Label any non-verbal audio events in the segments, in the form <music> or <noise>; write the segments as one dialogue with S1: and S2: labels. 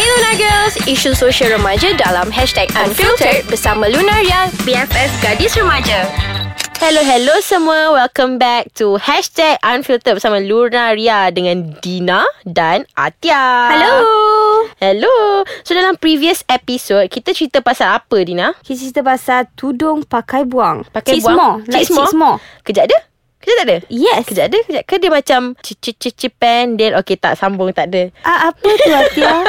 S1: Lunar Girls, isu sosial remaja dalam hashtag Unfiltered bersama Lunaria, BFF Gadis Remaja. Hello, hello semua. Welcome back to Hashtag Unfiltered bersama Lunaria dengan Dina dan Atia.
S2: Hello.
S1: Hello. So, dalam previous episode, kita cerita pasal apa, Dina?
S2: Kita cerita pasal tudung pakai buang.
S1: Pakai
S2: Cik
S1: buang.
S2: Small.
S1: Cik
S2: Like
S1: Small?
S2: Cik Small.
S1: Kejap ada? Kejap tak ada?
S2: Yes.
S1: Kejap ada? Kejap ke dia macam cici-cici pendek. Okey, tak sambung, tak ada.
S2: Ah, apa tu Atia?
S1: <laughs>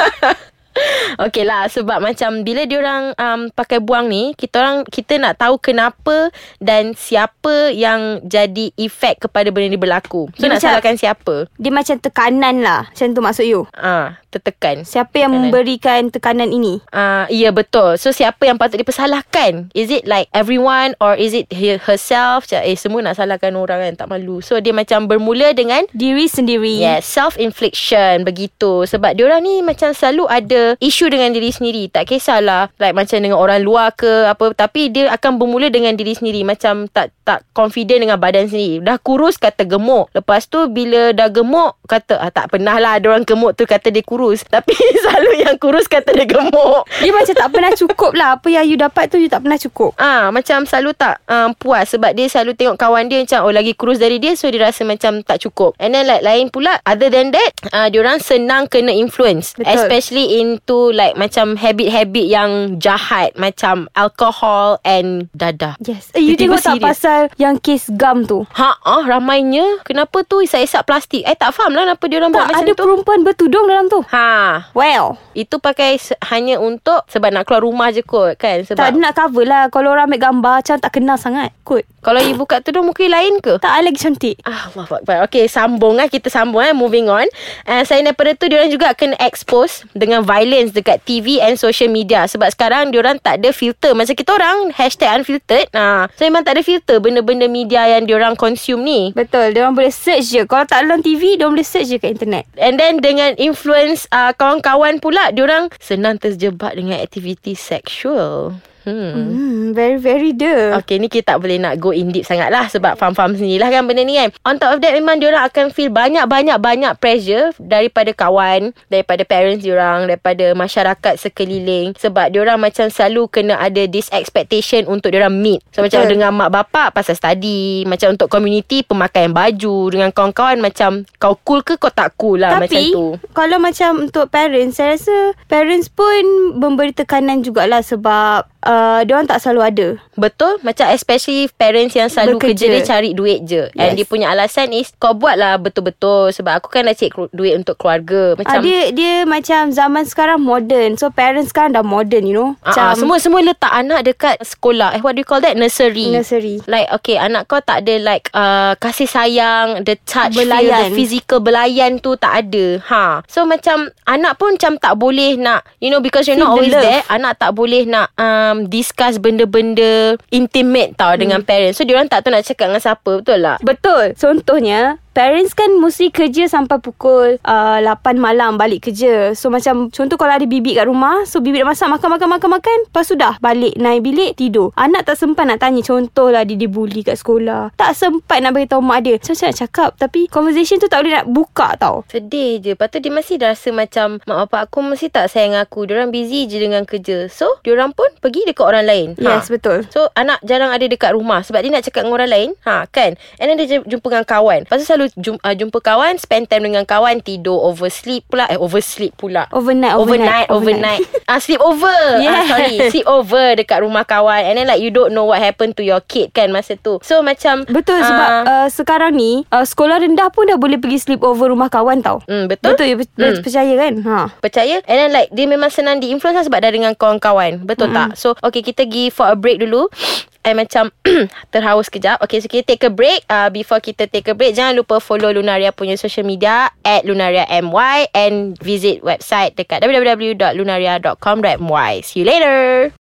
S1: Okey lah sebab macam bila diorang um, pakai buang ni kita orang kita nak tahu kenapa dan siapa yang jadi efek kepada benda ni berlaku. So
S2: Dia
S1: nak
S2: macam-
S1: salahkan siapa?
S2: Dia macam tekanan lah. Macam tu maksud you.
S1: Ah, tertekan.
S2: Siapa yang
S1: Tekanan.
S2: memberikan tekanan ini?
S1: Ah, ya yeah, betul. So siapa yang patut dipersalahkan? Is it like everyone or is it he- herself? Macam, eh semua nak salahkan orang kan tak malu. So dia macam bermula dengan
S2: Diri sendiri.
S1: Yes, self-infliction begitu. Sebab diorang ni macam selalu ada isu dengan diri sendiri. Tak kisahlah like macam dengan orang luar ke apa. Tapi dia akan bermula dengan diri sendiri. Macam tak tak confident dengan badan sendiri. Dah kurus kata gemuk. Lepas tu bila dah gemuk kata ah, tak pernah lah diorang gemuk tu kata dia kurus. Tapi <laughs> selalu yang kurus kata dia gemuk.
S2: Dia macam tak pernah cukup lah. Apa yang you dapat tu you tak pernah cukup.
S1: Ah macam selalu tak um, puas sebab dia selalu tengok kawan dia macam oh lagi kurus dari dia so dia rasa macam tak cukup. And then like lain pula other than that uh, diorang senang kena influence
S2: Betul.
S1: especially into like macam habit-habit yang jahat macam alcohol and dadah.
S2: Yes. Eh, you
S1: Tiba-tiba
S2: tengok tak
S1: serious.
S2: pasal yang kes gam tu?
S1: Ha ah ramainya kenapa tu isap-isap plastik? I tak faham lah kenapa diorang buat
S2: Tak,
S1: macam
S2: ada
S1: tu.
S2: perempuan bertudung dalam tu.
S1: Ha
S2: Well,
S1: itu pakai se- hanya untuk sebab nak keluar rumah je kot kan sebab
S2: tak nak cover lah. Kalau orang ambil gambar, macam tak kenal sangat. Kot.
S1: kalau you buka tudung muka you lain ke?
S2: Tak, I lagi cantik.
S1: Ah, Allah Akbar. Okay, sambung lah. Kita sambung lah. Moving on. Uh, selain daripada tu, diorang juga kena expose dengan violence dekat TV and social media. Sebab sekarang diorang tak ada filter. Macam kita orang, hashtag unfiltered. Nah, so memang tak ada filter benda-benda media yang diorang consume ni.
S2: Betul, dia orang boleh search je. Kalau tak dalam TV, dia orang boleh search je kat internet.
S1: And then dengan influence uh, kawan-kawan pula, diorang senang terjebak dengan aktiviti seksual. Hmm.
S2: Hmm, very very the.
S1: Okay ni kita tak boleh nak go in deep sangat lah Sebab faham-faham sendirilah kan benda ni kan On top of that memang diorang akan feel banyak-banyak-banyak pressure Daripada kawan Daripada parents diorang Daripada masyarakat sekeliling Sebab diorang macam selalu kena ada this expectation untuk diorang meet So macam
S2: Betul.
S1: dengan mak bapak pasal study Macam untuk community pemakaian baju Dengan kawan-kawan macam kau cool ke kau tak cool lah macam
S2: Tapi
S1: tu
S2: kalau macam untuk parents Saya rasa parents pun Memberi tekanan jugalah Sebab uh, Diorang tak selalu ada
S1: Betul Macam especially parents yang selalu Bekerja.
S2: Bekerja.
S1: kerja dia cari duit je yes. And
S2: Yes.
S1: dia punya alasan is Kau buat lah betul-betul Sebab aku kan dah cek kru- duit untuk keluarga
S2: uh,
S1: Macam uh,
S2: Dia dia macam zaman sekarang modern So parents sekarang dah modern you know
S1: uh, Semua semua letak anak dekat sekolah Eh what do you call that? Nursery
S2: Nursery
S1: Like okay anak kau tak ada like uh, Kasih sayang The touch feel, The
S2: Belayan.
S1: physical belayan tu tak ada ha. So macam Anak pun macam tak boleh nak You know because you're
S2: Feel
S1: not
S2: the
S1: always
S2: love.
S1: there Anak tak boleh nak um, Discuss benda-benda Intimate tau
S2: Hmm.
S1: Dengan parents So diorang tak tahu nak cakap dengan siapa Betul tak?
S2: Betul Contohnya Parents kan mesti kerja sampai pukul uh, 8 malam balik kerja. So macam contoh kalau ada bibik kat rumah. So bibik nak masak makan makan makan makan. Lepas tu dah balik naik bilik tidur. Anak tak sempat nak tanya. Contoh lah dia dibuli kat sekolah. Tak sempat nak beritahu mak dia. So macam nak cakap. Tapi conversation tu tak boleh nak buka tau.
S1: Sedih je Lepas tu dia masih dah rasa macam Mak bapak aku masih tak sayang aku Diorang busy je dengan kerja So diorang pun pergi dekat orang lain ha.
S2: Yes betul.
S1: So anak jarang ada dekat rumah Sebab dia nak cakap dengan orang lain ha, kan? And then dia jumpa dengan kawan Lepas tu selalu jumpa, uh, jumpa kawan Spend time dengan kawan Tidur oversleep pula Eh oversleep pula
S2: Overnight
S1: Overnight
S2: Overnight
S1: Overnight, <laughs> Ah Sleep over ah,
S2: Yes.
S1: Sorry Sleep over dekat rumah kawan And then like you don't know What happened to your kid kan Masa tu So macam
S2: <laughs> Betul
S1: ah,
S2: sebab uh, sekarang ni uh, sekolah rendah pun dah boleh pergi sleep over rumah kawan tau.
S1: mm, Betul
S2: Betul you per-
S1: Hmm.
S2: percaya kan? Ha.
S1: Percaya And then like Dia memang senang di-influence lah Sebab dah dengan kawan-kawan Betul mm-hmm. tak? So okay kita pergi for a break dulu <sniffs> I macam <clears throat> terhaus kejap Okay so kita take a break uh, Before kita take a break Jangan lupa follow Lunaria punya social media At Lunaria MY And visit website dekat www.lunaria.com.my See you later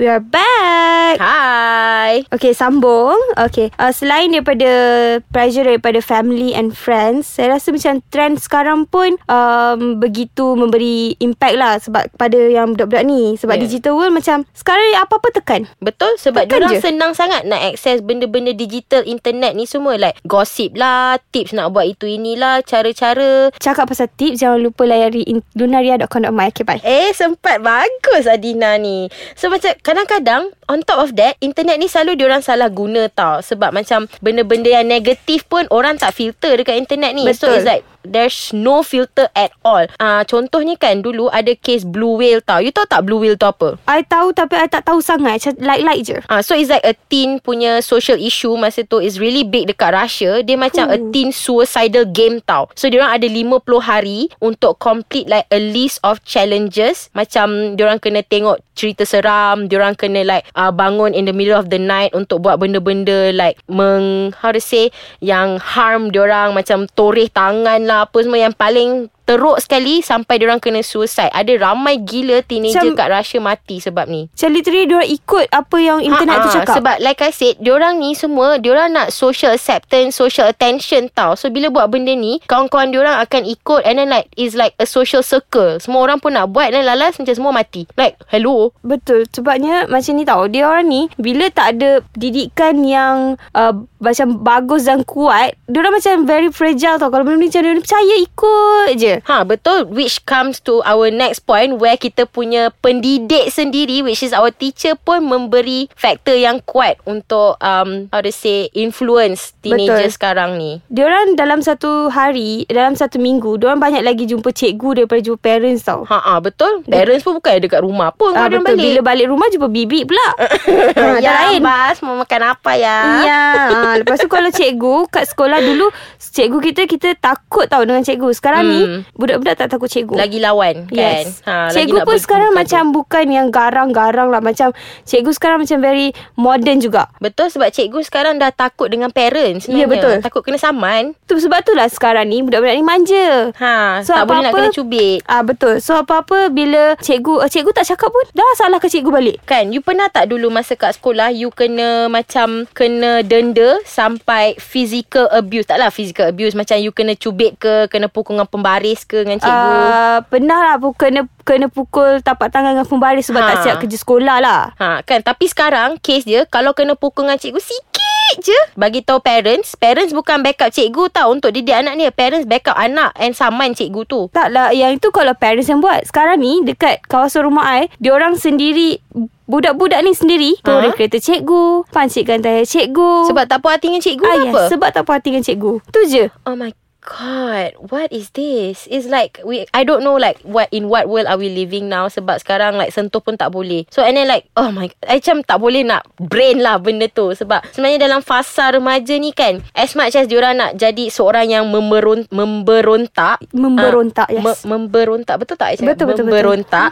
S2: We are back.
S1: Hi.
S2: Okay, sambung. Okay, uh, selain daripada pressure daripada family and friends, saya rasa macam trend sekarang pun um, begitu memberi impact lah sebab pada yang budak-budak ni. Sebab
S1: Yeah.
S2: yeah. digital world macam sekarang ni apa-apa tekan.
S1: Betul sebab Tekan
S2: Tekan
S1: diorang
S2: je.
S1: je. senang sangat nak akses benda-benda digital internet ni semua like gossip lah, tips nak buat itu inilah, cara-cara.
S2: Cakap pasal tips, jangan lupa layari in- lunaria.com.my. Okay, bye.
S1: Eh sempat bagus Adina ni So macam kadang-kadang On top of that Internet ni selalu diorang salah guna tau Sebab macam Benda-benda yang negatif pun Orang tak filter dekat internet ni So
S2: Betul.
S1: it's like There's no filter at all Ah uh, Contohnya kan dulu Ada case blue whale tau You tahu tak blue whale tu apa?
S2: I tahu tapi I tak tahu sangat. Macam Like-like je.
S1: Ah, so it's like a teen punya social issue masa tu is really big dekat Russia. Dia macam a teen suicidal game tau. So diorang ada 50 hari untuk complete like a list of challenges. Macam diorang kena tengok cerita seram, diorang kena like uh, bangun in the middle of the night untuk buat benda-benda like meng how to say yang harm diorang macam toreh tangan lah apa semua yang paling teruk sekali sampai diorang kena suicide. Ada ramai gila teenager kat
S2: Macam-
S1: Russia mati sebab ni.
S2: Macam literally diorang ikut apa yang internet
S1: Ha-ha,
S2: tu cakap.
S1: Ha, Sebab like I said Diorang ni semua Diorang nak social acceptance Social attention tau So bila buat benda ni Kawan-kawan diorang akan ikut And then like It's like a social circle Semua orang pun nak buat Dan lalas macam semua mati Like hello
S2: Betul Sebabnya macam ni tau Dia orang ni Bila tak ada didikan yang uh, Macam bagus dan kuat Dia orang macam very fragile tau Kalau benda ni macam dia orang percaya ikut je
S1: Ha betul Which comes to our next point Where kita punya pendidik sendiri Which is our teacher pun Memberi faktor yang kuat Untuk um, How to say Influence Teenager
S2: Betul.
S1: betul. sekarang ni
S2: Dia orang dalam satu hari Dalam satu minggu Dia orang banyak lagi jumpa cikgu Daripada jumpa parents tau
S1: Ha ah betul Parents pun bukan dekat rumah pun
S2: Ah,
S1: Kau
S2: betul.
S1: Oh, balik Ya,
S2: Bila balik rumah jumpa bibik
S1: <laughs>
S2: pula ha, Dah lain
S1: Bas mau makan apa ya?
S2: Ya ha, Lepas tu kalau cikgu Kat sekolah dulu Cikgu kita Kita takut tau Dengan cikgu Sekarang ni
S1: Hmm.
S2: Budak-budak tak takut cikgu
S1: Lagi lawan kan?
S2: Yes.
S1: nak
S2: cikgu pun
S1: ber-
S2: sekarang
S1: bukan
S2: macam bukan yang garang-garang lah. Macam cikgu sekarang macam very modern juga.
S1: tu. Betul sebab cikgu sekarang dah takut dengan parents sebenarnya.
S2: Ya, betul.
S1: Takut kena saman.
S2: Tu sebab tu lah sekarang ni budak-budak ni manja.
S1: Ha, so,
S2: So,
S1: tak boleh nak
S2: apa-apa-
S1: kena cubit.
S2: Ah betul. So apa-apa bila cikgu uh, cikgu tak cakap pun dah salah ke cikgu balik.
S1: Kan, you pernah tak dulu masa kat sekolah you kena macam kena denda sampai physical abuse. Taklah physical abuse macam you kena cubit ke, kena pukul dengan pembaris ke dengan cikgu.
S2: Ah pernah lah pun kena kena pukul tapak tangan dengan pembaris sebab
S1: Ha.
S2: tak siap kerja sekolah lah.
S1: Ha kan tapi sekarang kes dia kalau kena pukul dengan cikgu sikit je bagi tahu parents parents bukan backup cikgu tau untuk didik anak ni parents backup anak and saman cikgu tu
S2: Tak lah Yang itu kalau parents yang buat Sekarang ni Dekat kawasan rumah I Diorang sendiri Budak-budak ni sendiri
S1: Ha?
S2: Turun kereta cikgu Pancikkan tayar cikgu
S1: sebab tak puas hati dengan cikgu
S2: ah,
S1: ah,
S2: yes,
S1: apa
S2: Sebab tak puas hati dengan cikgu Tu je
S1: oh my god what is this it's like we I don't know like what in what world are we living now sebab sekarang like sentuh pun tak boleh so and then like oh my I macam tak boleh nak brain lah benda tu sebab sebenarnya dalam fasa remaja ni kan as much as diorang nak jadi seorang yang memeron, memberontak
S2: Memberontak yes.
S1: Me- memberontak betul tak I cakap?
S2: Betul, betul, betul.
S1: memberontak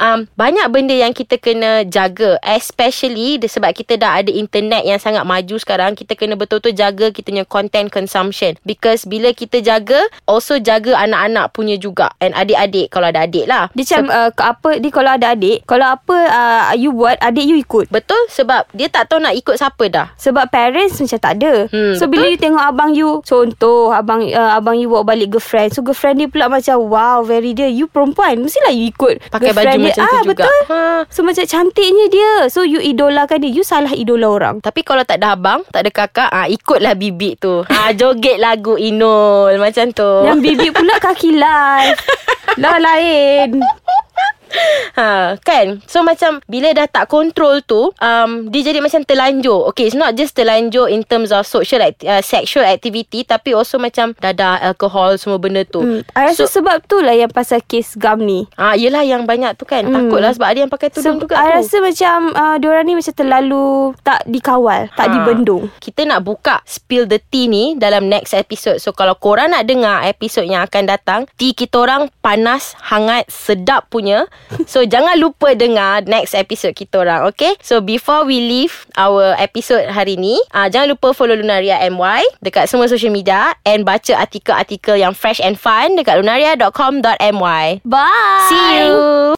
S1: um, banyak benda yang kita kena jaga especially di- sebab kita dah ada internet yang sangat maju sekarang kita kena betul-betul jaga kita punya content consumption because bila kita jaga also jaga anak-anak punya juga and adik-adik kalau ada adik lah
S2: Dia macam uh, apa dia kalau ada adik, kalau apa uh, you buat, adik you ikut.
S1: betul sebab dia tak tahu nak ikut siapa dah
S2: Sebab parents macam tak ada.
S1: Hmm,
S2: so bila you tengok abang you, contoh abang uh, abang you bawa balik girlfriend. So girlfriend dia pula macam wow, very dia you perempuan, mestilah you ikut
S1: pakai baju
S2: girlfriend dia.
S1: macam
S2: ah,
S1: tu juga
S2: Betul.
S1: ha
S2: So macam cantiknya dia. So you idolakan dia, you salah idola orang.
S1: Tapi kalau tak ada abang, tak ada kakak, ah ikutlah bibik tu. Ah joget lagu Inul macam tu.
S2: Yang bibik <laughs> pula kaki live. lah lain.
S1: Ha, kan? So macam bila dah tak control tu, um, dia jadi macam terlanjur. Okay, it's not just terlanjur in terms of social act- uh, sexual activity tapi also macam dadah, alkohol, semua benda tu.
S2: Hmm, I rasa so, sebab tu lah yang pasal kes gam ni.
S1: Ah, yelah yang banyak tu kan. Takutlah sebab ada yang pakai tudung juga
S2: Hmm. I
S1: tu.
S2: rasa macam uh, Diorang ni macam terlalu Tak dikawal Tak
S1: Ha.
S2: dibendung
S1: Kita nak buka Spill the tea ni Dalam next episode So kalau korang nak dengar Episod yang akan datang Tea kita orang Panas Hangat Sedap punya So <laughs> jangan lupa dengar Next episode kita orang Okay So before we leave Our episode hari ni uh, Jangan lupa follow Lunaria MY Dekat semua social media And baca artikel-artikel Yang fresh and fun Dekat lunaria.com.my
S2: Bye
S1: See you